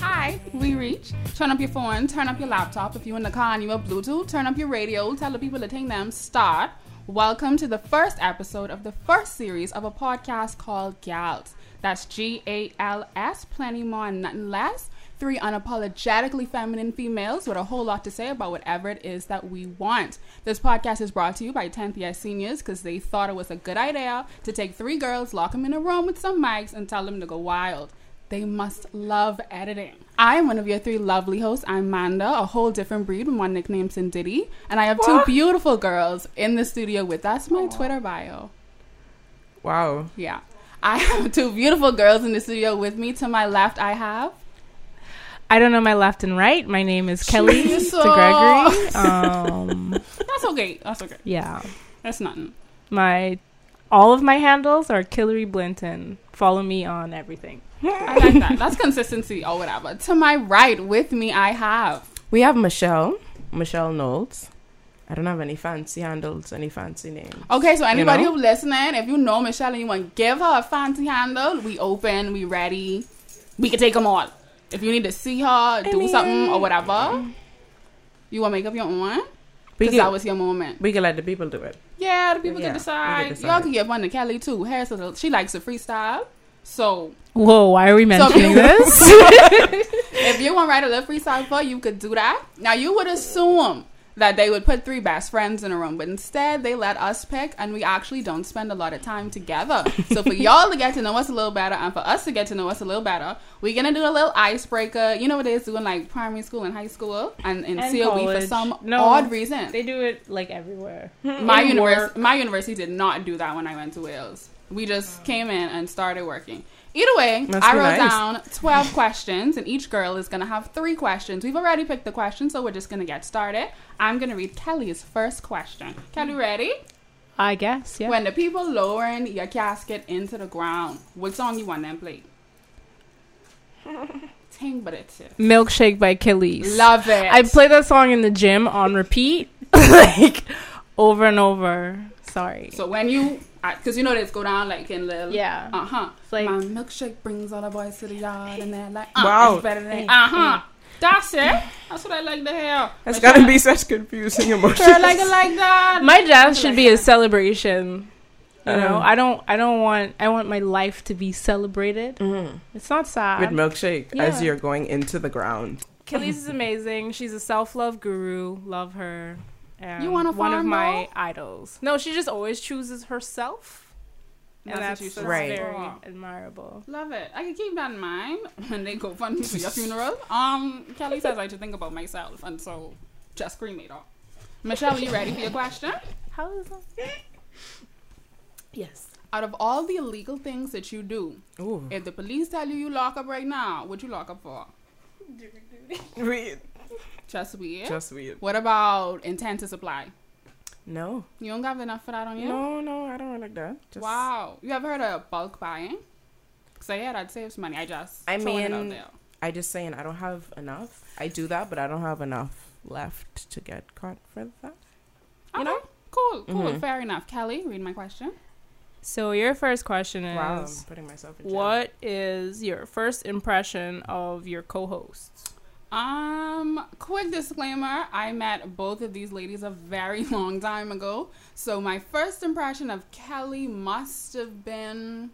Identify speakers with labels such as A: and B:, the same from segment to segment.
A: Hi, we reach. Turn up your phone, turn up your laptop. If you're in the car and you have Bluetooth, turn up your radio. Tell the people to ting them. Start. Welcome to the first episode of the first series of a podcast called Gals. That's G A L S, plenty more and nothing less. Three unapologetically feminine females with a whole lot to say about whatever it is that we want. This podcast is brought to you by 10th year seniors because they thought it was a good idea to take three girls, lock them in a room with some mics, and tell them to go wild. They must love editing. I am one of your three lovely hosts. I'm Manda, a whole different breed with one nickname Sin Diddy. And I have two beautiful girls in the studio with us. My Twitter bio.
B: Wow.
A: Yeah. I have two beautiful girls in the studio with me. To my left, I have.
C: I don't know my left and right. My name is Kelly
A: Jesus.
C: to Gregory. Um,
A: That's okay. That's okay.
C: yeah,
A: That's nothing.
C: my all of my handles are Killary Blinton. Follow me on everything.
A: I like that. That's consistency or whatever. To my right, with me, I have.
B: We have Michelle, Michelle Knowles. I don't have any fancy handles, any fancy names.
A: Okay, so anybody
B: know?
A: who's listening, if you know Michelle and you want to give her a fancy handle, we open, we ready. We can take them all. If you need to see her, do something or whatever, you want to make up your own?
B: We
A: Because that
B: can,
A: was your moment.
B: we can let the people do it.
A: Yeah, the people
B: Yeah,
A: can
B: we can
A: decide. Y'all
B: decide.
A: can give one to Kelly too. Harris, is a- she likes to freestyle. So
C: Whoa, why are we mentioning
A: you-
C: this?
A: if you want to write a little freestyle for her, you could do that. Now you would assume that they would put three best friends in a room, but instead they let us pick, and we actually don't spend a lot of time together. So for y'all to get to know us a little better, and for us to get to know us a little better, we're gonna do a little icebreaker. You know what they do in like primary school and high school, and in
C: And
A: COE for
C: college.
A: some
C: No.
A: odd reason.
C: they do it like everywhere.
B: Hmm.
A: my
C: In
A: university
C: work.
A: my university did not do that when I went to Wales. We just came in and started working. Either way,
B: Must
A: I
B: be
A: wrote
B: nice.
A: down 12 questions, and each girl is going to have three questions. We've already picked the questions, so we're just going to get started. I'm going to read Kelly's first question. Kelly, ready?
C: I guess. Mm. Yeah.
A: When the people lowering your casket into the ground, what song you want them play? Ting but it's it.
C: Milkshake by Kelly's.
A: Love it.
C: I play that song in the gym on repeat, like over and over. Sorry.
A: so when you, because you know this go down like in little
C: yeah.
A: Uh huh.
C: like-
A: my milkshake brings all the boys to the yard, and they're like, uh,
B: Wow.
A: it's better than
C: Mm,
A: uh huh." That's it. That's what I like to hear.
B: That's
A: But
B: gotta
A: y'all-
B: be such confusing emotions.
A: Sure, like it like that.
C: my jazz should be a celebration. You know,
B: Uh.
C: I don't. I don't want. I want my life to be celebrated.
B: Mm.
C: It's not
B: With
A: Uh,
C: sad.
B: milkshake as
C: yeah.
B: you're going into the ground.
C: Kelly's is amazing. She's a self-love guru. Love her. And
A: You want a
C: one of
A: farm
C: my
A: girl?
C: idols. No, she just always chooses herself, and
A: That's
C: that's,
A: what you
C: that's
B: should
C: very
A: look for.
C: admirable.
A: Love it. I can keep that in mind when they go fund me for your funeral. Um, Kelly says I should think about myself, and so just cremate her. Michelle, you ready for your question?
C: How is that? yes.
A: Out of all the illegal things that you do,
B: Ooh.
A: if the police tell you you lock up right now, what you lock up for?
B: Weird.
A: Just weird.
B: Just weird.
A: what about intent to supply?
B: No.
A: You don't have enough for that on you?
B: No, no, I don't want like that. Just,
A: Wow. You ever heard of bulk buying? So yeah, that saves money. I just
B: I
A: throwing it out
B: mean-
A: there.
B: I just saying I don't have enough. I do that, but I don't have enough left to get caught for that.
A: Okay.
B: you know?
A: Cool, cool,
B: Mhm.
A: fair enough. Kelly, read my question.
C: So your first question is,
B: Wow, I'm putting myself in jail.
C: what is your first impression of your co-hosts?
A: Um, quick disclaimer, I met both of these ladies a very long time ago. So my first impression of Kelly must have been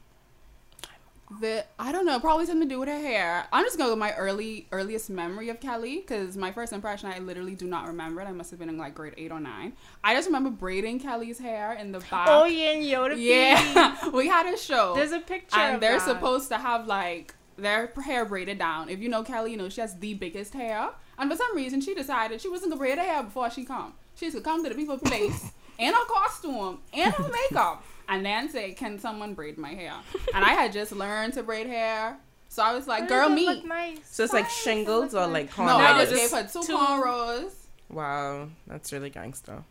A: the I don't know, probably something to do with her hair. I'm just going with my early earliest memory of Kelly cuz my first impression I literally do not remember it. I must have been in like grade 8 or 9. I just remember braiding Kelly's hair in the back.
C: yeah, and Yoda.
A: yeah. we had a show.
C: There's a picture.
A: and
C: of
A: they're
C: that.
A: supposed to have like their hair braided down. If you know Kelly, you know she has the biggest hair, and for some reason she decided she wasn't gonna braid her hair before she come. She's gonna come to the people's place in her costume, in her makeup, and then say, "Can someone braid my hair?" And I had just learned to braid hair, so I was like, "Girl, me."
C: Nice.
B: So it's like shingles or like
A: No,
B: cornrows.
A: I
C: Now
A: just gave her two,
C: two-
A: cornrows.
B: Wow, that's really gangster.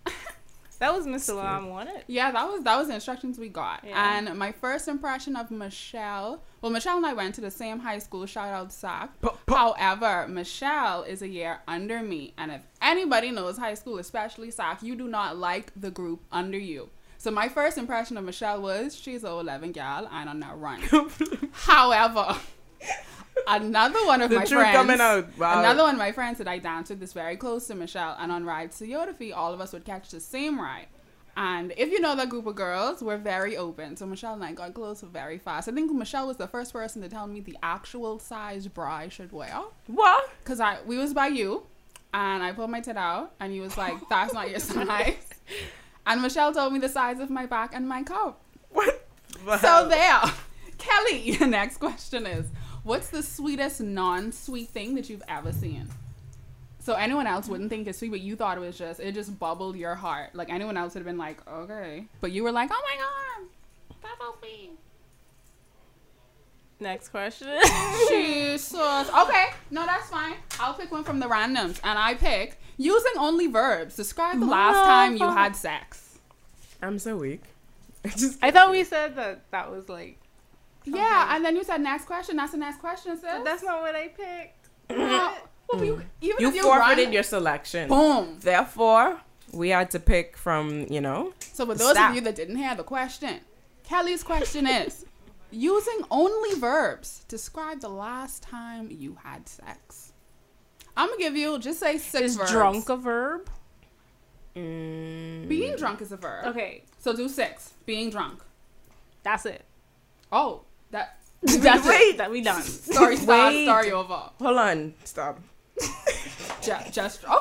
C: That was Miss Salam, wasn't it?
A: Yeah, that was that was the instructions we got.
C: Yeah.
A: And my first impression of Michelle, well, Michelle and I went to the same high school. Shout out Sock. However, Michelle is a year under me, and if anybody knows high school, especially Sock, you do not like the group under you. So my first impression of Michelle was she's a 11 gal and on that run. However, Another one of
B: the
A: my
B: truth
A: friends.
B: coming out. Wow.
A: Another one of my friends that I danced with is very close to Michelle, and on Ride to Yodafi, all of us would catch the same ride. And if you know that group of girls, we're very open. So Michelle and I got close very fast. I think Michelle was the first person to tell me the actual size bra I should wear.
B: What?
A: Cause I we was by you, and I pulled my tit out, and you was like, "That's not your size." And Michelle told me the size of my back and my cup.
B: What?
A: So
B: Oh.
A: there, Kelly. Your next question is, what's the sweetest non-sweet thing that you've ever seen? So anyone else wouldn't think it's sweet, but you thought it was just it just bubbled your heart. Like anyone else would have been like, okay, but you were like, oh my god, that's so sweet.
C: Next question.
A: Jesus. Okay. No, that's fine. I'll pick one from the randoms. And I pick using only verbs. Describe the last time you had sex.
B: I'm so weak. I just
C: I thought we said that that was like.
A: Yeah, and then you said next question. That's the next question, sis.
C: That's not what I picked.
A: no. Well, you, even
B: you
A: if you
B: forfeited
A: random-
B: your selection.
A: boom.
B: Therefore, we had to pick from you know.
A: So for those
B: Stop.
A: of you that didn't hear the question, Kelly's question is using only verbs. Describe the last time you had sex. I'm gonna give you just say six
C: Is
A: verbs.
C: drunk a verb?
B: Mm,
A: Being drunk is a verb.
C: Okay,
A: So do six. Being drunk.
C: that's it.
A: Oh, that.
C: That's
B: Wait.
C: it. That we done.
A: Sorry, stop.
B: Wait.
A: Sorry, over.
B: Hold on. Stop.
A: Just, just okay.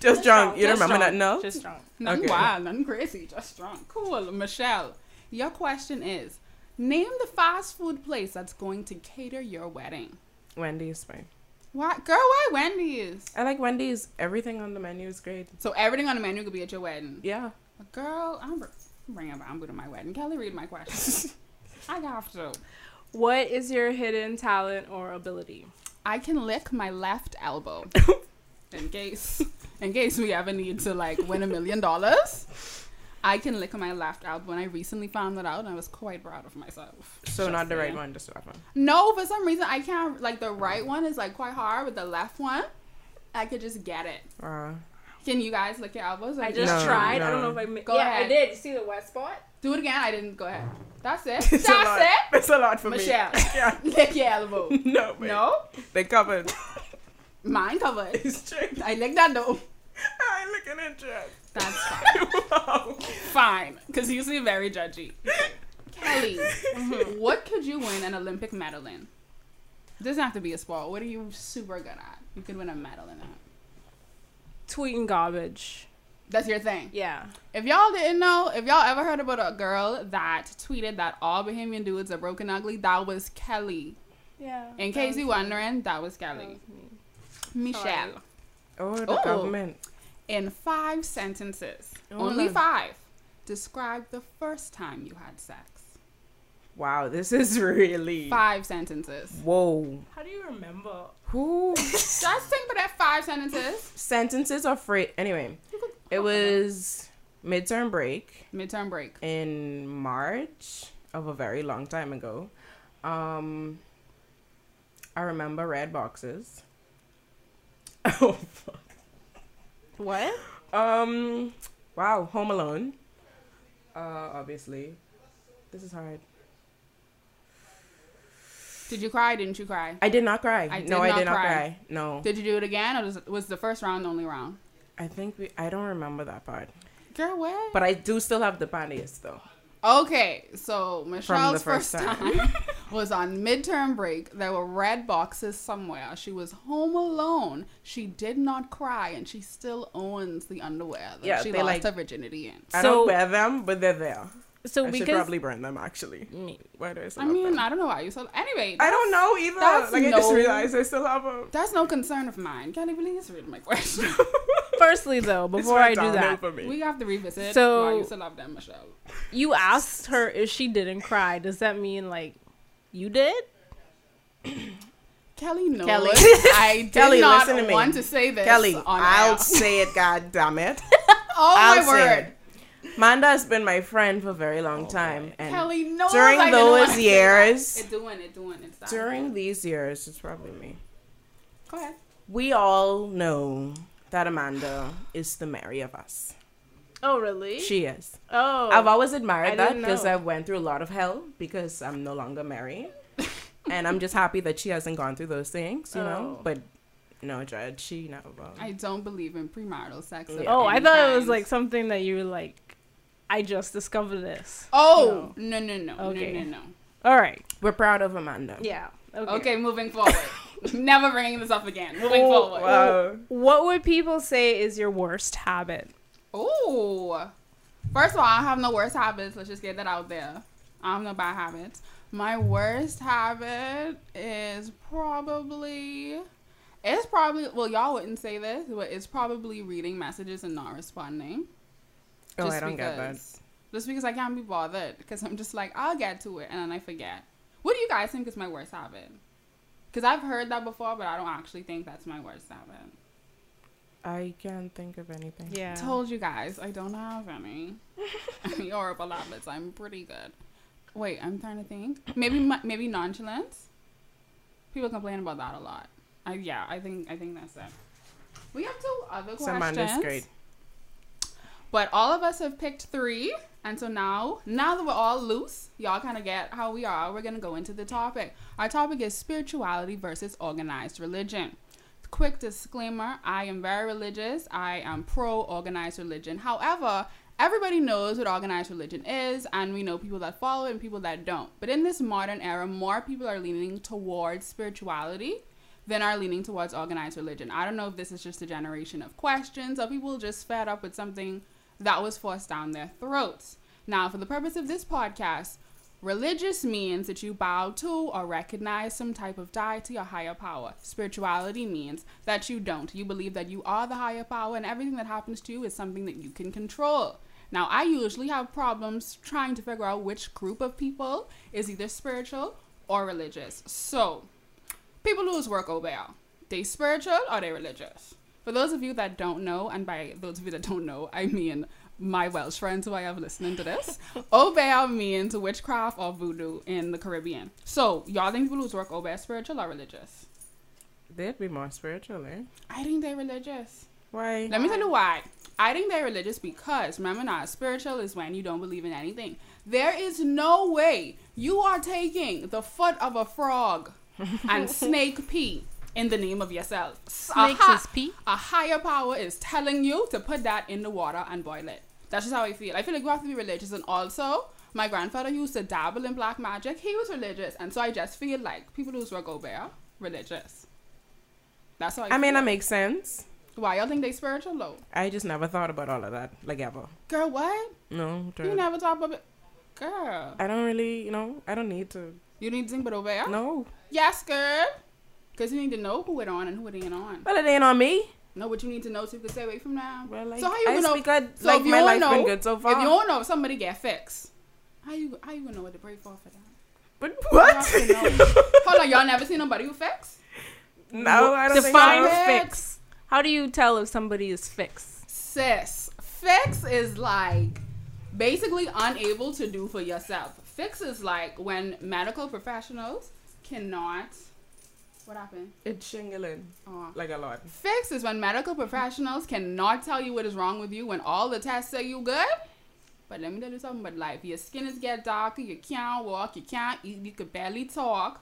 B: Just drunk. You don't
C: Just
B: remember
C: drunk.
B: nothing else?
C: Just drunk.
A: Nothing
B: Okay.
A: wild, nothing crazy, just drunk. Cool, Michelle. Your question is: Name the fast food place that's going to cater your wedding.
B: Wendy's fine.
A: What, girl? Why Wendy's?
B: I like Wendy's. Everything on the menu is great.
A: So everything on the menu could be at your wedding.
B: Yeah.
A: But girl, I'm br- bringing a bamboo to my wedding. Kelly, read my question. I got to.
C: What is your hidden talent or ability?
A: I can lick my left elbow. in case in case we ever need to like win a million dollars. I can lick my left elbow and I recently found that out and I was quite proud of myself.
B: So
A: Just
B: not the right
A: saying.
B: one. Just the right one.
A: No, for some reason I can't like the right one is like quite hard, but the left one I could just get it.
B: Uh,
A: Can you guys lick your elbows?
C: I just
B: No,
C: tried. I don't
B: no.
C: know if I made.
A: Go
C: yeah, I
A: ahead.
C: did. You see the wet spot?
A: do it again. I didn't go ahead. That's it.
B: it's a lot.
A: That's it.
B: It's a lot for
A: Michelle,
B: me. Yeah.
A: lick your elbow.
B: No. Wait.
A: No,
B: They covered.
A: mine covered.
B: It's true.
A: I lick that though.
B: I look at it. Jeff.
A: That's fine.
B: Wow.
A: Fine, because you seem very judgy. Kelly,
B: Mm-hmm.
A: what could you win an Olympic medal in? Doesn't have to be a sport. What are you super good at? You could win a medal in that.
C: Tweeting garbage.
A: That's your thing.
C: Yeah.
A: If y'all didn't know, if y'all ever heard about a girl that tweeted that all Bohemian dudes are broken ugly, that was Kelly.
C: Yeah.
A: In case you're wondering, that was Kelly. Michelle,
C: Sorry.
B: Oh, the
A: Oh.
B: government.
A: in five sentences,
B: Hold
A: only
B: on.
A: five, describe the first time you had sex.
B: Wow, this is really.
A: Five sentences.
B: Whoa.
C: How do you remember?
B: Who
A: Just think for that five sentences.
B: sentences are free? Anyway, it was midterm break
A: Midterm break.
B: in March of a very long time ago. Um, I remember red boxes. Oh, fuck.
C: What?
B: um, wow, Home Alone. Uh, obviously, this is hard.
A: Did you cry? Didn't you cry?
B: I did not cry.
A: I did
B: no, I
A: not
B: did not
A: cry.
B: cry. No,
A: Did you do it again, or was, was the first round the only round?
B: I think we. I don't remember that part,
A: Girl, what?
B: but I do still have the panties though.
A: Okay, so Michelle's first,
B: first
A: time,
B: time.
A: was on midterm break. There were red boxes somewhere. She was home alone. She did not cry, and she still owns the underwear that
B: Yeah,
A: she
B: they
A: lost
B: like-
A: her virginity in.
B: I
C: So-
B: don't wear them, but they're there.
C: So
B: I
C: because
B: should probably burn them actually.
C: Me.
B: Why do I still
A: I
B: have
A: mean,
B: them?
A: I don't know why you so. Anyway,
B: I don't know either.
A: that's
B: like I just
A: no-
B: realized I still have them.
A: that's no concern of mine. Can't even answer it my question.
C: firstly though, before I do that,
B: For me.
A: we have to revisit.
C: So-
A: why you still love them, Michelle.
C: you asked her if she didn't cry. Does that mean like you did?
A: Kelly knows.
B: Kelly.
A: I did
B: Kelly,
A: not
B: listen to me.
A: want to say this.
B: Kelly,
A: on
B: I'll
A: air.
B: say it. God damn it.
A: Oh
B: I'll
A: my
B: say
A: word.
B: it. Manda has been my friend for a very long time, and
A: Kelly oh knows.
B: during
A: I didn't
B: those
A: wanna say that.
B: years-
A: it doing it doing it. Stop.
B: during these years, it's probably me.
A: Go ahead.
B: We all know that Amanda is the Mary of us.
C: Oh really?
B: She is.
C: oh.
B: I've always
C: I
B: admired that
C: didn't
B: because
C: know.
B: I went through a lot of hell because I'm no longer married. and I'm just happy that she hasn't gone through those things, you know.
C: Oh.
B: But no, Judge, she never will.
A: I don't believe in premarital sex. of
B: Yeah.
C: Oh, I
A: any
C: thought it was
A: kind.
C: like something that you were like, I just discovered this.
A: Oh no no no
C: Okay.
A: no no
C: All right.
B: We're proud of Amanda.
C: Yeah.
A: no. Okay, moving forward. Never bringing this up again. Moving
C: Oh,
A: forward.
B: Wow.
C: What would people say is your worst habit?
A: Ooh. First of all, I have no worst habits. Let's just get that out there. I have no bad habits. My worst habit is probably it's probably well y'all wouldn't say this, but it's probably reading messages and not responding.
B: Oh, I don't get that.
A: because- Just because I can't be bothered because I'm just like I'll get to it and then I forget. What do you guys think is my worst habit? Because I've heard that before, but I don't actually think that's my worst habit.
B: I can't think of anything.
C: Yeah.
A: Told you guys, I don't have any. any horrible habits. I'm pretty good. Wait, I'm trying to think. Maybe my, maybe nonchalance. People complain about that a lot. I, yeah, I think I think that's it. We have two other
B: So
A: questions.
B: Amanda's great.
A: But all of us have picked three, and so now, now that we're all loose, y'all kind of get how we are. We're gonna go into the topic. Our topic is spirituality versus organized religion. Quick disclaimer: I am very religious. I am pro-organized religion. However, everybody knows what organized religion is, and we know people that follow it and people that don't. But in this modern era, more people are leaning towards spirituality than are leaning towards organized religion. I don't know if this is just a generation of questions or people just fed up with something that was forced down their throats. Now, for the purpose of this podcast, religious means that you bow to or recognize some type of deity or higher power. Spirituality means that you don't. You believe that you are the higher power and everything that happens to you is something that you can control. Now, I usually have problems trying to figure out which group of people is either spiritual or religious. So, people lose work over there. They spiritual or they religious. For those of you that don't know, and by those of you that don't know, I mean my Welsh friends who I have listening to this, Obeah means witchcraft or voodoo in the Caribbean. So, y'all think people lose work Obeah spiritual or religious?
B: They'd be more spiritual, eh?
A: I think they're religious.
B: Why?
A: Let me tell you why. I think they're religious because remember not spiritual is when you don't believe in anything. There is no way you are taking the foot of a frog and snake pee in the name of yourself. S- a
C: Snakes
A: hi-
C: is pee?
A: A higher power is telling you to put that in the water and boil it. That's just how I feel. I feel like you have to be religious and also my grandfather used to dabble in black magic. He was religious and so I just feel like people who's work over there, religious. That's how I,
B: I mean,
A: feel.
B: that makes sense.
A: why y'all think they spiritual though?
B: I just never thought about all of that, like ever.
A: Girl, what?
B: No,
A: You
B: dude.
A: never talk about it. Girl,
B: I don't really, you know, I don't need to.
A: you need to think about over here?
B: No.
A: Yes, girl. Because you need to know who it on and who it ain't on.
B: Well, it ain't on me.
A: Know what you need to know so you can stay away from now.
B: Well, like,
A: so how you
B: I
A: gonna know?
B: speak good.
A: so
B: like,
A: if you
B: my
A: don't
B: life's
A: know-
B: been good so far.
A: If you don't know, if somebody get fixed. How you how you gonna know what to pray for for that?
B: but
A: You
B: what?
A: have to know. Hold on, y'all never seen nobody who fix?
B: No, I don't think
C: Define
A: so.
C: fix. How do you tell if somebody is fixed?
A: Sis, fix is like basically unable to do for yourself. Fix is like when medical professionals cannot. What happened?
B: It's shingling,
A: Oh.
B: like a lot.
A: Fix is when medical professionals cannot tell you what is wrong with you when all the tests say you good. But let me tell you something about life. Your skin is get darker, you can't walk, you can't eat, you could barely talk.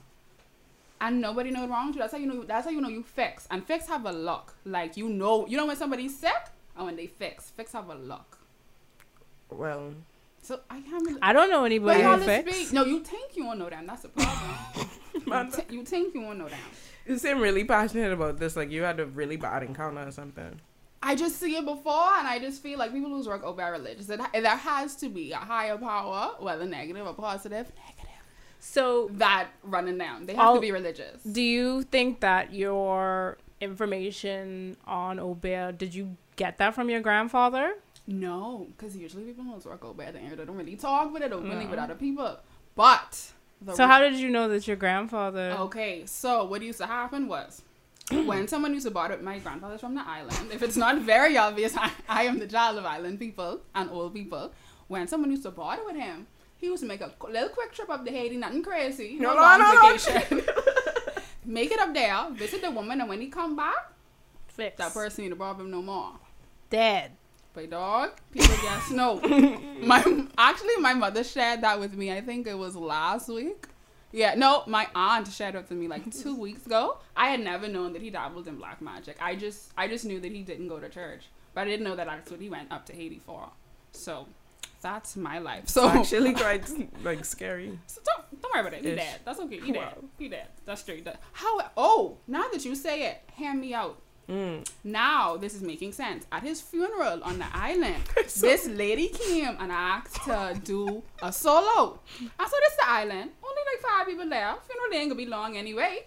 A: And nobody know what's wrong with you. That's how you know that's how you know you fix. And fix have a look. Like you know you know when somebody's sick and when they fix. Fix have a look.
B: Well,
A: So I can't really
C: I don't know
A: but
C: anybody
A: y'all
C: who
A: just
C: fixed.
A: speak- No, you think you won't know them. That's the problem. you,
B: Amanda,
A: t- you think you won't know them.
B: you seem really passionate about this. Like you had a really bad encounter or something.
A: I just see it before, and I just feel like people lose work over our religious. It, there has to be a higher power, whether negative or positive, negative,
C: So,
A: that running down. They have
C: All-
A: to be religious.
C: do you think that your information on Obeah, did you get that from your grandfather?
A: No, because usually people who lose work over at the end, they don't really talk with it openly
C: No.
A: with other people. But the
C: Mm. So, how did you know that your grandfather?
A: Okay, so what used to happen was when someone used to bother my grandfather's from the island, if it's not very obvious, I, I am the child of island people and old people. When someone used to bother with him, he used to make a qu- little quick trip up to Haiti, nothing crazy, no,
B: No, no,
A: long
B: no, no.
A: vacation. make it up there, visit the woman, and when he come back,
C: Fixed.
A: that person ain't a problem no more.
C: Dead.
A: But dog, people get snow. my actually, my mother shared that with me. I think it was last week, Yeah, no, my aunt shared it to me like two weeks ago. I had never known that he dabbled in black magic. I just I just knew that he didn't go to church. But I didn't know that that's what he went up to Haiti for. So that's my life. So
B: Actually, quite like scary.
A: so don't, don't worry about it. He
B: Ish.
A: dead. That's okay. He dead.
B: Wow.
A: He dead. That's straight. That- How? Oh, now that you say it, hand me out.
B: Mm.
A: Now this is making sense. At his funeral on the island, this lady came and asked to do a solo. I said, "It's the island. Only like five people there. Funeral ain't gonna be long anyway."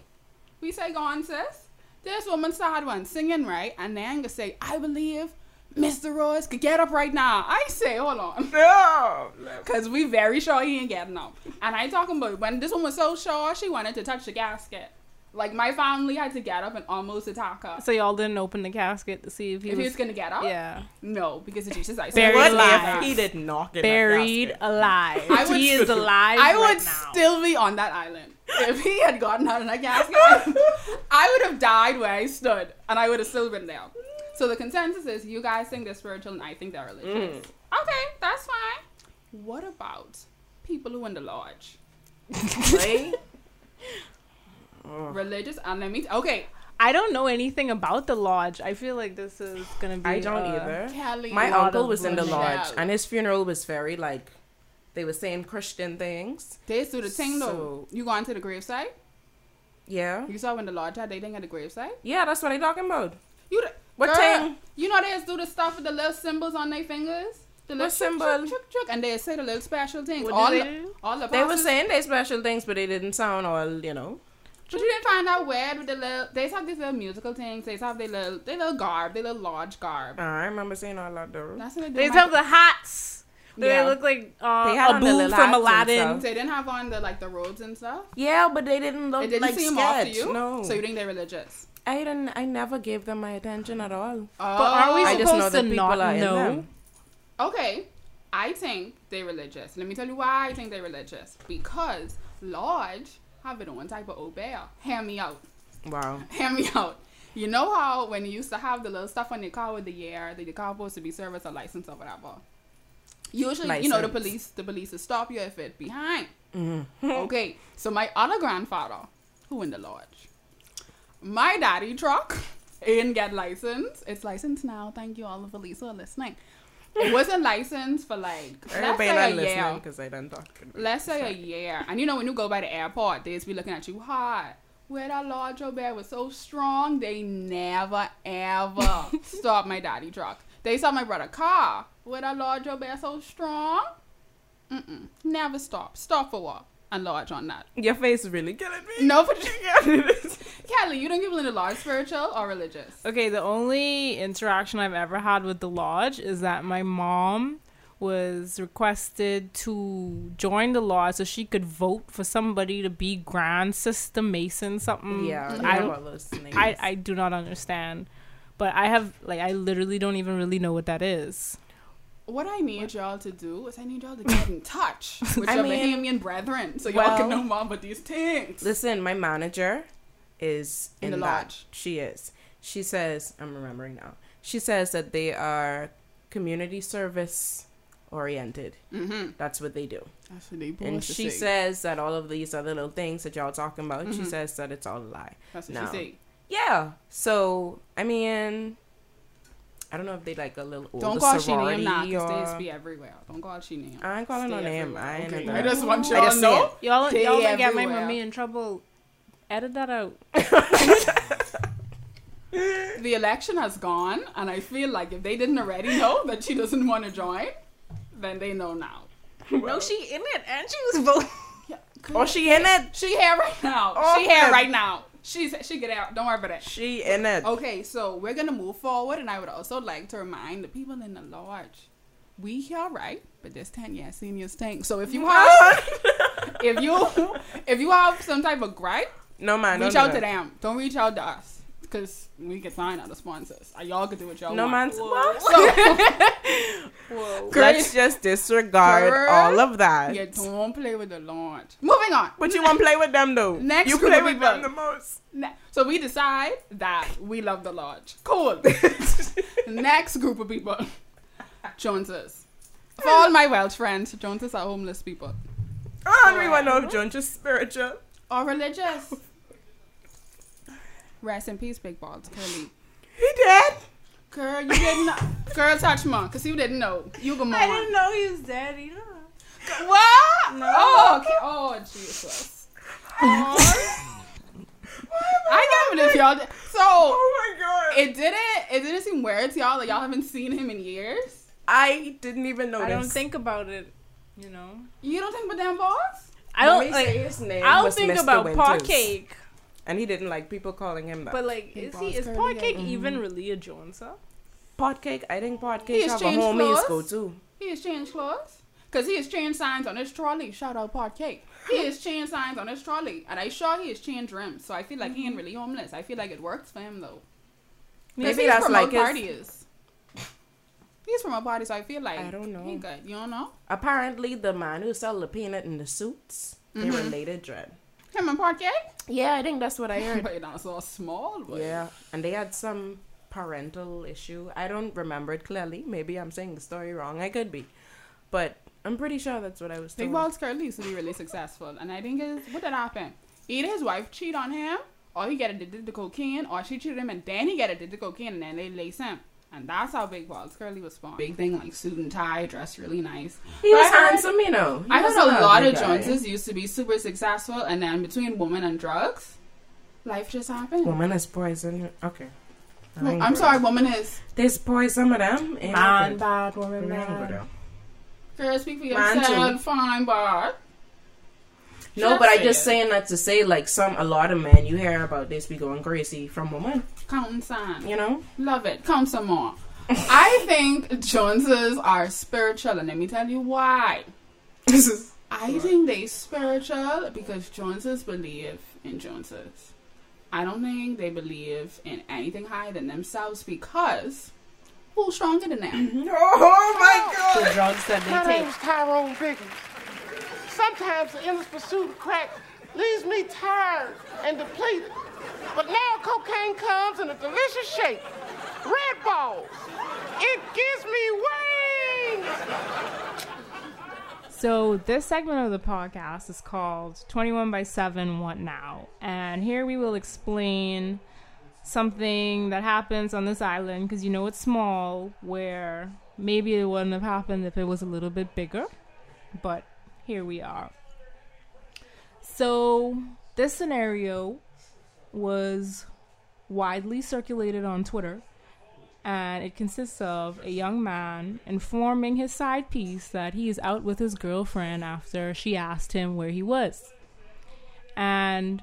A: We say, "Go on, sis." This woman started one singing right, and then gonna say, "I believe." Mr. Royce could get up right now. I say, hold on.
B: No. like,
A: Cause we very sure he ain't getting up. And I talking about when this one was so sure she wanted to touch the gasket. Like my family had to get up and almost attack her.
C: So y'all didn't open the casket to see if he
A: if he
C: was,
A: was gonna get up,
C: yeah
A: no, because of Jesus I said
C: Buried
A: what if
B: What
C: alive.
B: if
A: he
B: he did not get that
C: buried
B: basket?
C: alive.
A: I would-
C: he is alive.
A: I
C: right
A: would
C: now.
A: still be on that island if he had gotten out of that gasket. I would have died where I stood, and I would have still been there. So the consensus is you guys think they're spiritual, and I think they're
B: Mm.
A: religious. Okay, that's fine. What about people who in the lodge?
B: Right? Oh.
A: religious and let me okay
C: I don't know anything about the lodge. I feel like this is gonna be.
B: I don't
C: uh,
B: either.
A: Kelly
B: My
C: lot
B: uncle
C: of
B: was in the
C: bullshit.
B: lodge, and his funeral was very like they were saying Christian things.
A: they do the thing though
B: So-
A: you going to the gravesite
B: Yeah,
A: you saw when the lodge had they thing at the gravesite
B: yeah, that's what they talking about.
A: you the-
B: What
A: girl,
B: thing?
A: you know they just do the stuff with the little symbols on their fingers the little
B: What
A: chuk,
B: symbol?
A: chuk, chuk, chuk, and they say the little special things
C: What
A: all
C: do they
A: the,
C: do?
A: all the
B: They were
A: apostles-
B: saying they special things, but they didn't sound all you know.
A: but you didn't find out where with the little they have these little musical things they have their little their little garb their little lodge garb
B: I remember saying all that though.
A: that's what they do
C: They
A: my-
C: have the hats. They
A: Yeah.
C: look like uh,
B: They had
C: a
B: on the
C: boo
B: little
C: from
B: hats and
C: Aladdin.
B: stuff.
A: they didn't have on the like the robes and stuff
B: Yeah, but they didn't look
A: it didn't
B: Oh, like
A: seem off
B: scared.
A: to you
B: No,
A: so you think they're religious
B: I didn't. I never gave them my attention at all.
C: But are we
A: Oh.
B: I just know
C: supposed
B: that
C: to
B: people
C: not
B: are in
C: know?
B: them.
A: Okay, I think they're religious. Let me tell you why I think they're religious. Because Lodge have their own type of obey. Hand me out.
B: Wow.
A: Hand me out. You know how when you used to have the little stuff on your car with the year that your car supposed to be service or license or whatever. Usually, you know the
B: License. Mm-hmm.
A: police. The police will stop you if it behind. okay, so my other grandfather, who in the lodge, my daddy truck didn't get license. It's licensed now. Thank you all the police who are listening. It wasn't licensed for like let's
B: Everybody not
A: say a
B: listening
A: year.
B: because I done talk.
A: Let's say a year. And you know when you go by the airport, they just be looking at you hard. Where that Lord Jobert was so strong, they never ever stopped my daddy truck. They saw my brother car. Where that Lord Jobert so strong, mm-mm, never stop. Stop for what? And lodge on that.
B: Your face is really killing me.
A: No, but Kelly, you don't give in the lodge spiritual or religious.
B: Uh,
C: Okay, the only interaction I've ever had with the lodge is that my mom was requested to join the lodge so she could vote for somebody to be grand sister mason something.
B: yeah,
A: Mm.
B: I
C: I
B: don't.
C: don't- I I do not understand. But I have like I literally don't even really know what that is.
A: What I need y'all to do is I need y'all to get in touch with
B: I
A: your
B: mean-
A: Bahamian brethren so y'all can
B: Well-
A: know more about these things.
B: Listen, my manager is
A: In
B: in,
A: the
B: that.
A: lodge.
B: She is. She says, I'm remembering now. She says that they are community service oriented.
A: Mm-hmm.
B: That's what they do.
A: That's what they
B: and
A: supposed to
B: she
A: say.
B: says that all of these other little things that y'all talking about, she
A: Mhm.
B: says that it's all a lie.
A: That's what
B: No.
A: she say.
B: Yeah. So, I mean, I don't know if they like a little
A: Don't
B: older
A: call she
B: sorority
A: name now,
B: or-
A: cause they be everywhere. Don't call she name.
B: I ain't calling no
A: Stay
B: name.
A: everywhere.
B: I ain't
A: Okay.
B: in
A: I
B: that.
A: just want
B: I
A: y'all to
B: just see
A: know.
B: it.
C: Y'all
A: They
C: y'all gonna get my
A: everywhere.
C: mommy in trouble. Edit that out.
A: The election has gone, and I feel like if they didn't already know that she doesn't want to join, then they know now.
C: No, she in it and she was voting.
B: Oh, she in it.
A: She here right now.
B: Oh,
A: she here
B: man.
A: right now. She's she get out. Don't worry about it.
B: She in it.
A: Okay, so we're gonna move forward, and I would also like to remind the people in the lodge, we here right, but this ten year seniors thing. So if you have, if you, if you have some type of gripe,
B: No man,
A: reach
B: don't do
A: out to
B: that.
A: them. Don't reach out to us, cause we can find out the sponsors. Uh, Y'all can do what y'all
B: No
A: want.
B: man's what?
C: Whoa.
A: Girl,
B: Let's just disregard
A: Girl,
B: all of that.
A: yeah, don't play with the launch. Moving on.
B: But you won't play with them though.
A: Next
B: you
A: group
B: play
A: of
B: with
A: people.
B: them the most.
A: Ne- So we decide that we love the lodge. Cool. Next group of people, Joneses. For all my Welsh friends, Joneses are homeless people.
B: And we want to know if Joan just spiritual.
A: Or religious. Rest in peace, big balls, curly.
B: He did.
A: Girl, you didn't. Girl, touch mom, cause you didn't know. You go mom.
D: I didn't know he was dead either.
A: What?
D: No.
A: Oh, okay. Oh, Jesus. Oh. I can't believe y'all. Did. So
B: Oh my god.
A: it didn't. It didn't seem weird to y'all that y'all haven't seen him in years.
B: I didn't even notice.
D: I don't think about it, you know.
A: You don't think about damn balls?
D: I don't
B: Let me say
D: like.
B: his name
D: I don't
B: was
D: think
B: Mr.
D: about
B: Winters.
D: paw cake,
B: And he didn't like people calling him that.
D: but like,
A: He
D: is he
A: balls
D: is
A: curly
D: paw
A: hair.
D: cake even really a Jonesa?
B: Potcake, I think
A: He
B: Potcake have a
A: exchanged
B: home he's go
A: clothes.
B: to.
A: He has changed clothes. Cause he has changed signs on his trolley. Shout out Pod Cake. He has changed signs on his trolley, and I sure he has changed rims. So I feel like he ain't really homeless. I feel like it works for him though. 'Cause
B: Mm-hmm. Maybe
A: he's
B: that's
A: from
B: like
A: our
B: his-
A: party is. He's from a party, so I feel like
B: I don't know.
A: He good. You don't know
B: Apparently, the man who sell the peanut in the suits, they
D: Mm-hmm.
A: Mhm.
B: related dread.
A: him and Pod Cake.
B: Yeah, I think that's what I heard.
A: But not so small. But
B: yeah, and they had some parental issue. I don't remember it clearly. Maybe I'm saying the story wrong. I could be, but I'm pretty sure that's what I was
A: Big
B: told.
A: Balls Curly used to be really successful, and I think is what did happen? Either his wife cheat on him, or he get addicted to cocaine, or she cheated him, and then he get addicted to cocaine, and then they lace him. And that's how Big Balls Curly was born. Big thing like suit and tie, dressed really nice.
B: he
A: But
B: was
A: I heard-
B: handsome, you know. He
A: I
B: was
A: heard a lot
B: lovely
A: of
B: guy.
A: Joneses used to be super successful, and then between women and drugs, life just happened.
B: Woman is poison. Okay. I ain't
A: I'm
B: good.
A: sorry, woman is.
B: There's poison, some of them. ain't
C: Man
B: good.
C: bad, woman
B: Ain't good,
C: bad.
B: though.
A: Girl, speak for
B: Mine
A: yourself. Fine, but
B: No,
A: Just
B: but I just
A: saying.
B: saying that to say like some a lot of men you hear about this be going crazy from women,
A: counting sign.
B: you know.
A: Love it. Count some more. I think Joneses are spiritual, and let me tell you why.
B: This is
A: I think they spiritual because Joneses believe in Joneses. I don't think they believe in anything higher than themselves because who's stronger than them?
B: oh my god.
C: The drugs that
E: My
C: they
E: name
C: take.
E: is Tyrone Biggins. Sometimes the endless pursuit of crack leaves me tired and depleted. But now cocaine comes in a delicious shape. Red balls. It gives me wings.
C: So this segment of the podcast is called 21 by 7 What Now? And here we will explain something that happens on this island because you know it's small where maybe it wouldn't have happened if it was a little bit bigger. But here we are. So this scenario was widely circulated on Twitter and it consists of a young man informing his side piece that he is out with his girlfriend after she asked him where he was. And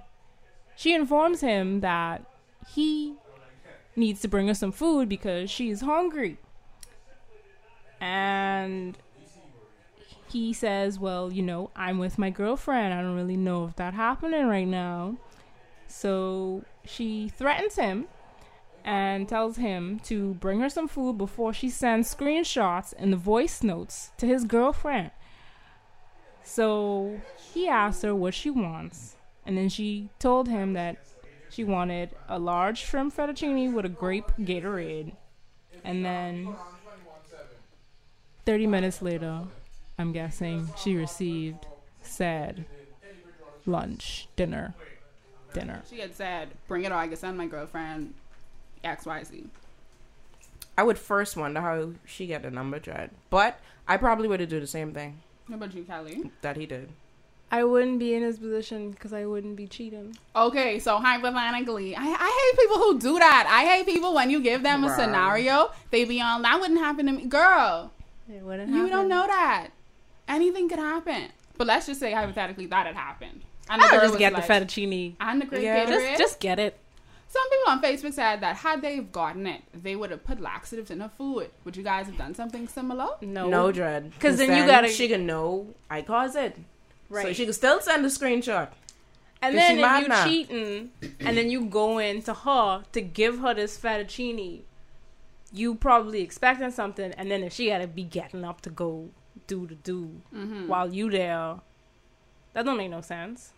C: she informs him that he needs to bring her some food because she's hungry. And he says, Well, you know, I'm with my girlfriend. I don't really know if that's happening right now. So she threatens him and tells him to bring her some food before she sends screenshots and the voice notes to his girlfriend. So he asks her what she wants, and then she told him that she wanted a large shrimp fettuccine with a grape Gatorade. And then 30 minutes later, I'm guessing she received said lunch, dinner, dinner.
A: She had said, "Bring it or I can send my girlfriend X Y Z."
B: I would first wonder how she get the number dread, but I probably would have do the same thing
A: What about you, Kelly?
B: that he did.
C: I wouldn't be in his position because I wouldn't be cheating.
A: Okay, so hypothetically, I, I hate people who do that. I hate people when you give them a
B: Wow.
A: scenario, they be on that wouldn't happen to me, girl.
C: It wouldn't
A: You don't know that. Anything could happen. But let's just say hypothetically that had happened. And
C: I
A: girl
C: would just
A: was
C: get
A: like,
C: the fettuccine.
A: And the great
B: Yeah.
A: Gatorade.
C: Just, just get it.
A: Some people on Facebook said that had they gotten it, they would have put laxatives in her food. Would you guys have done something similar?
C: No,
B: No dread,
C: 'Cause then you gotta-
B: She can know I caused it, right? So
C: Right.
B: she can still send a screenshot.
C: and
B: Is she
C: then if
B: mad
C: you
B: now?
C: cheating, and then you go in to her to give her this fettuccine, you probably expecting something, and then if she gotta be getting up to go
A: Mm-hmm.
C: do the do while you there, that don't make no sense.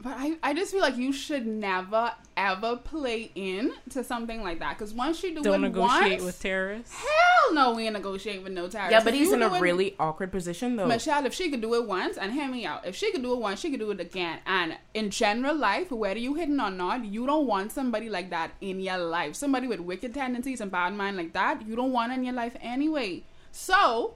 A: But I, I just feel like you should never ever play in to something like that because once you do
C: Don't
A: it
C: negotiate
A: once,
C: with terrorists.
A: hell no, we ain't negotiating with no terrorists.
B: Yeah, but
A: If
B: he's
A: you
B: in a
A: do it-
B: really awkward position though.
A: Michelle, if she could do it once, and hear me out, if she could do it once, she could do it again. And in general life, whether you hidden or not, you don't want somebody like that in your life. Somebody with wicked tendencies and bad mind like that, you don't want in your life anyway. So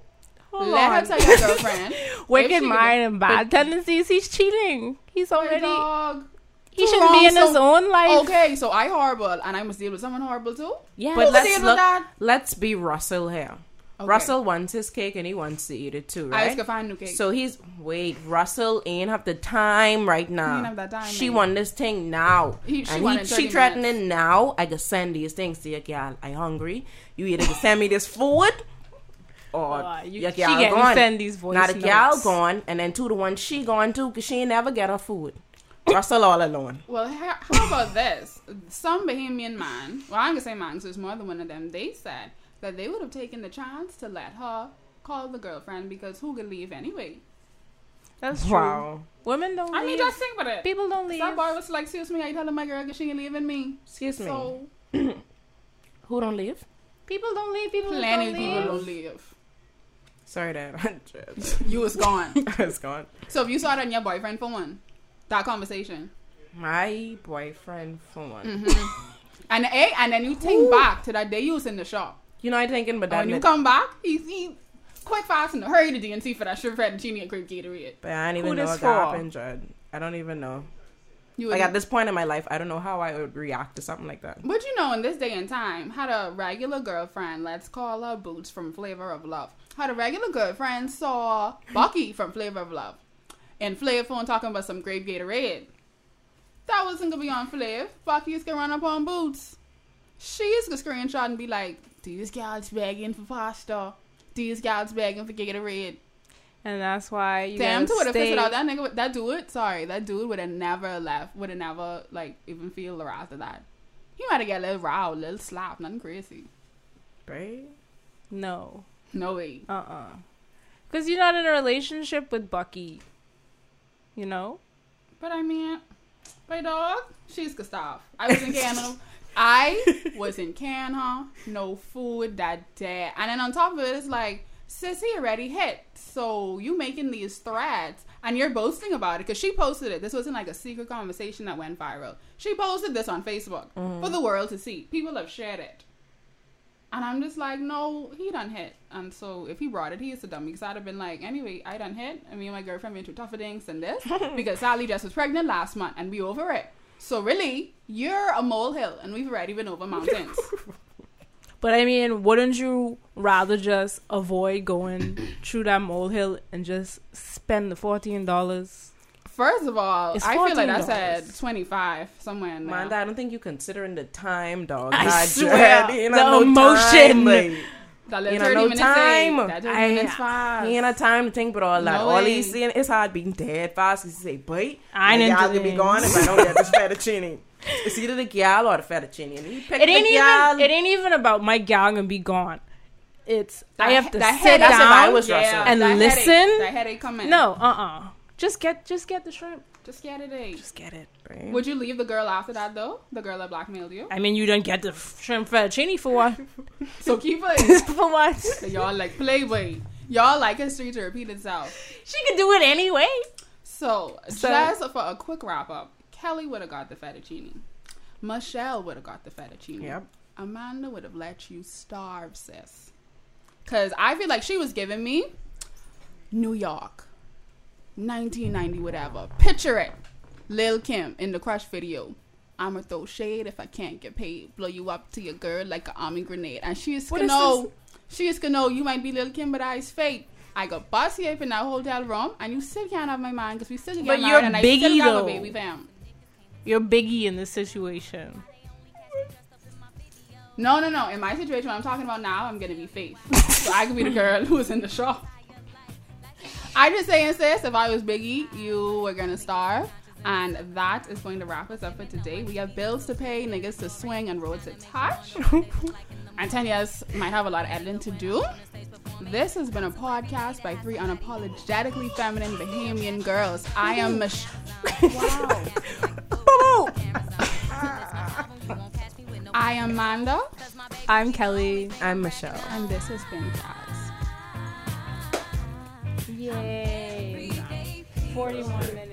C: Hold
A: let
C: on.
A: her tell your girlfriend.
C: Wicked mind
A: mind.
C: and bad tendencies. He's cheating. He's
A: Oh
C: already.
A: Dog.
C: He
A: too
C: should be
A: wrong,
C: in his
A: so-
C: own life.
A: Okay, so I horrible, and I must deal with someone horrible too.
C: Yeah.
B: But
A: Who
B: let's
A: deal with
B: look-
A: that?
B: Let's be Russell here.
A: Okay.
B: Russell wants his cake and he wants to eat it
A: I
B: too,
A: just
B: right?
A: could find new cake.
B: So he's wait, Russell ain't have the time right now.
A: ain't have that time,
B: She
A: man.
B: want this thing now.
A: He- she
B: and
A: want
B: he,
A: it
B: she
A: 30
B: threatening now. I can send these things to your girl. I hungry. You either can send me this food or
C: Uh, you-
B: your
C: she
B: girl
C: getting
B: gone.
C: send these voice
B: now the
C: notes.
B: gal gone and then two the one she gone too because she ain't never get her food. Russell all alone.
A: Well, ha- how about this? Some Bahamian man, well, I'm gonna say man, so it's more than one of them. They said that they would have taken the chance to let her call the girlfriend because who could leave anyway?
C: That's true.
B: Wow.
C: Women don't.
A: I mean,
C: leave.
A: just think about it.
C: people don't leave.
A: That boy was like, "Excuse me, I telling my girl she ain't leaving me."
B: Excuse me.
A: So
B: Who don't leave?
C: People don't leave. People
A: plenty of
C: don't
A: people
C: leave.
A: don't leave.
B: Sorry, Dad.
A: You was gone.
B: it's gone.
A: so if you saw it on your boyfriend phone, that conversation,
B: My boyfriend phone.
A: and eh, and then you think back to that day you was in the shop.
B: You know I thinking,
A: And
B: but then
A: when you come back, he he quite fast and hurry to DNC for that shrimp fettuccine and grape Gatorade.
B: but I don't
C: Who
B: even know
C: this
B: what
C: for?
B: happened, Judd. I don't even know.
A: You
B: Like
A: would-
B: at this point in my life, I don't know how I would react to something like that.
A: But you know, in this day and time, had a regular girlfriend, let's call her Boots from Flavor of Love, had a regular girlfriend saw Bucky from Flavor of Love and Flav phone talking about some grape Gatorade. That wasn't gonna be on Flav. Bucky's gonna run up on Boots. She's gonna screenshot and be like, these gals begging for pasta. These gals begging for Gatorade.
C: And that's why you
A: Damn, to
C: gotta
A: would have
C: stay.
A: fisted out that nigga. would- That dude, sorry, that dude would have never left. Would have never like even feel the wrath of that. He might have got a little row, a little slap, nothing crazy.
B: Right?
C: No.
A: No way.
C: Uh uh-uh. uh. Because you're not in a relationship with Bucky. You know?
A: But I mean, my dog, she's Gustav. I was in Canada. I was in Canada. No food that day. And then on top of it, it's like, sis, he already hit. So you making these threats and you're boasting about it because she posted it. This wasn't like a secret conversation that went viral. She posted this on Facebook for the world to see. People have shared it. And I'm just like, no, he done hit. And so if he brought it, he is a dummy. Because I'd have been like, anyway, I done hit. I mean, my girlfriend been through tougher things than this. because Sally just was pregnant last month and we over it. So really, you're a molehill and we've already been over mountains.
C: But I mean, wouldn't you rather just avoid going through that molehill and just spend the $14?
A: First of all,
C: It's
A: I feel like I
C: $14.
A: said 25 somewhere in there.
B: Amanda, I don't think you considering the time, dog.
C: I
B: Nah,
C: swear,
B: Judd, you ain't
C: the
B: have no
C: emotion.
B: Time, like,
A: That little
B: you know,
A: 30
B: no
A: minutes
B: time.
A: That 30
C: I-
A: minutes fast.
B: he ain't had time to think but all that.
A: No
B: all
A: way.
B: he's seeing is hard being dead fast. He say, "Bite,
C: I
B: the
C: ain't
B: gal
C: into
B: could be
C: this."
B: gone if I don't get this fettuccine." It's either the gal or the fettuccine. And he picked
C: It ain't
B: the gal.
C: even. It ain't even about my gal gonna be gone. It's I have to
A: that
C: sit
A: head- that's if
B: I
C: down.
B: was Russell.
C: and
A: that
C: listen.
A: Headache, that headache coming.
C: No, uh, uh Just get, just get the shrimp.
A: Just get it, eh?
C: Just get it.
B: Right?
A: Would you leave the girl after that, though? The girl that blackmailed you?
C: I mean, you don't get the shrimp fettuccine for what?
A: So keep it.
C: for what?
A: So y'all like Playboy. Y'all like history to repeat itself.
C: She could do it anyway.
A: So,
C: So-
A: just for a quick wrap up, Kelly would have got the fettuccine. Michelle would have got the fettuccine.
B: Yep.
A: Amanda would have let you starve, sis. Cause I feel like she was giving me New York, 1990, whatever. Picture it, Lil Kim in the Crush video. I'ma throw shade if I can't get paid. Blow you up to your girl like an army grenade. And she is
C: What
A: gonna
C: is
A: know. She is gonna know you might be Lil Kim, but I is fake. I got bossy up in that hotel room, and you still can't have my mind because we still get
C: But
A: married,
C: you're
A: and I still
C: Biggie,
A: got
C: though.
A: my baby fam.
C: You're biggie in this situation.
A: No, no, no. In my situation, what I'm talking about now, I'm gonna be Faith. so I could be the girl who was in the shop. I just saying, sis, if I was Biggie, you were gonna starve. And that is going to wrap us up for today. We have bills to pay, niggas to swing, and roads to touch. and Tanya's might have a lot of editing to do. This has been a podcast by three unapologetically feminine Bahamian girls. I am Michelle. Wow. I am Manda,
C: I'm Kelly.
B: I'm Michelle.
A: and this has been Jazz.
C: Yay. 41 minutes.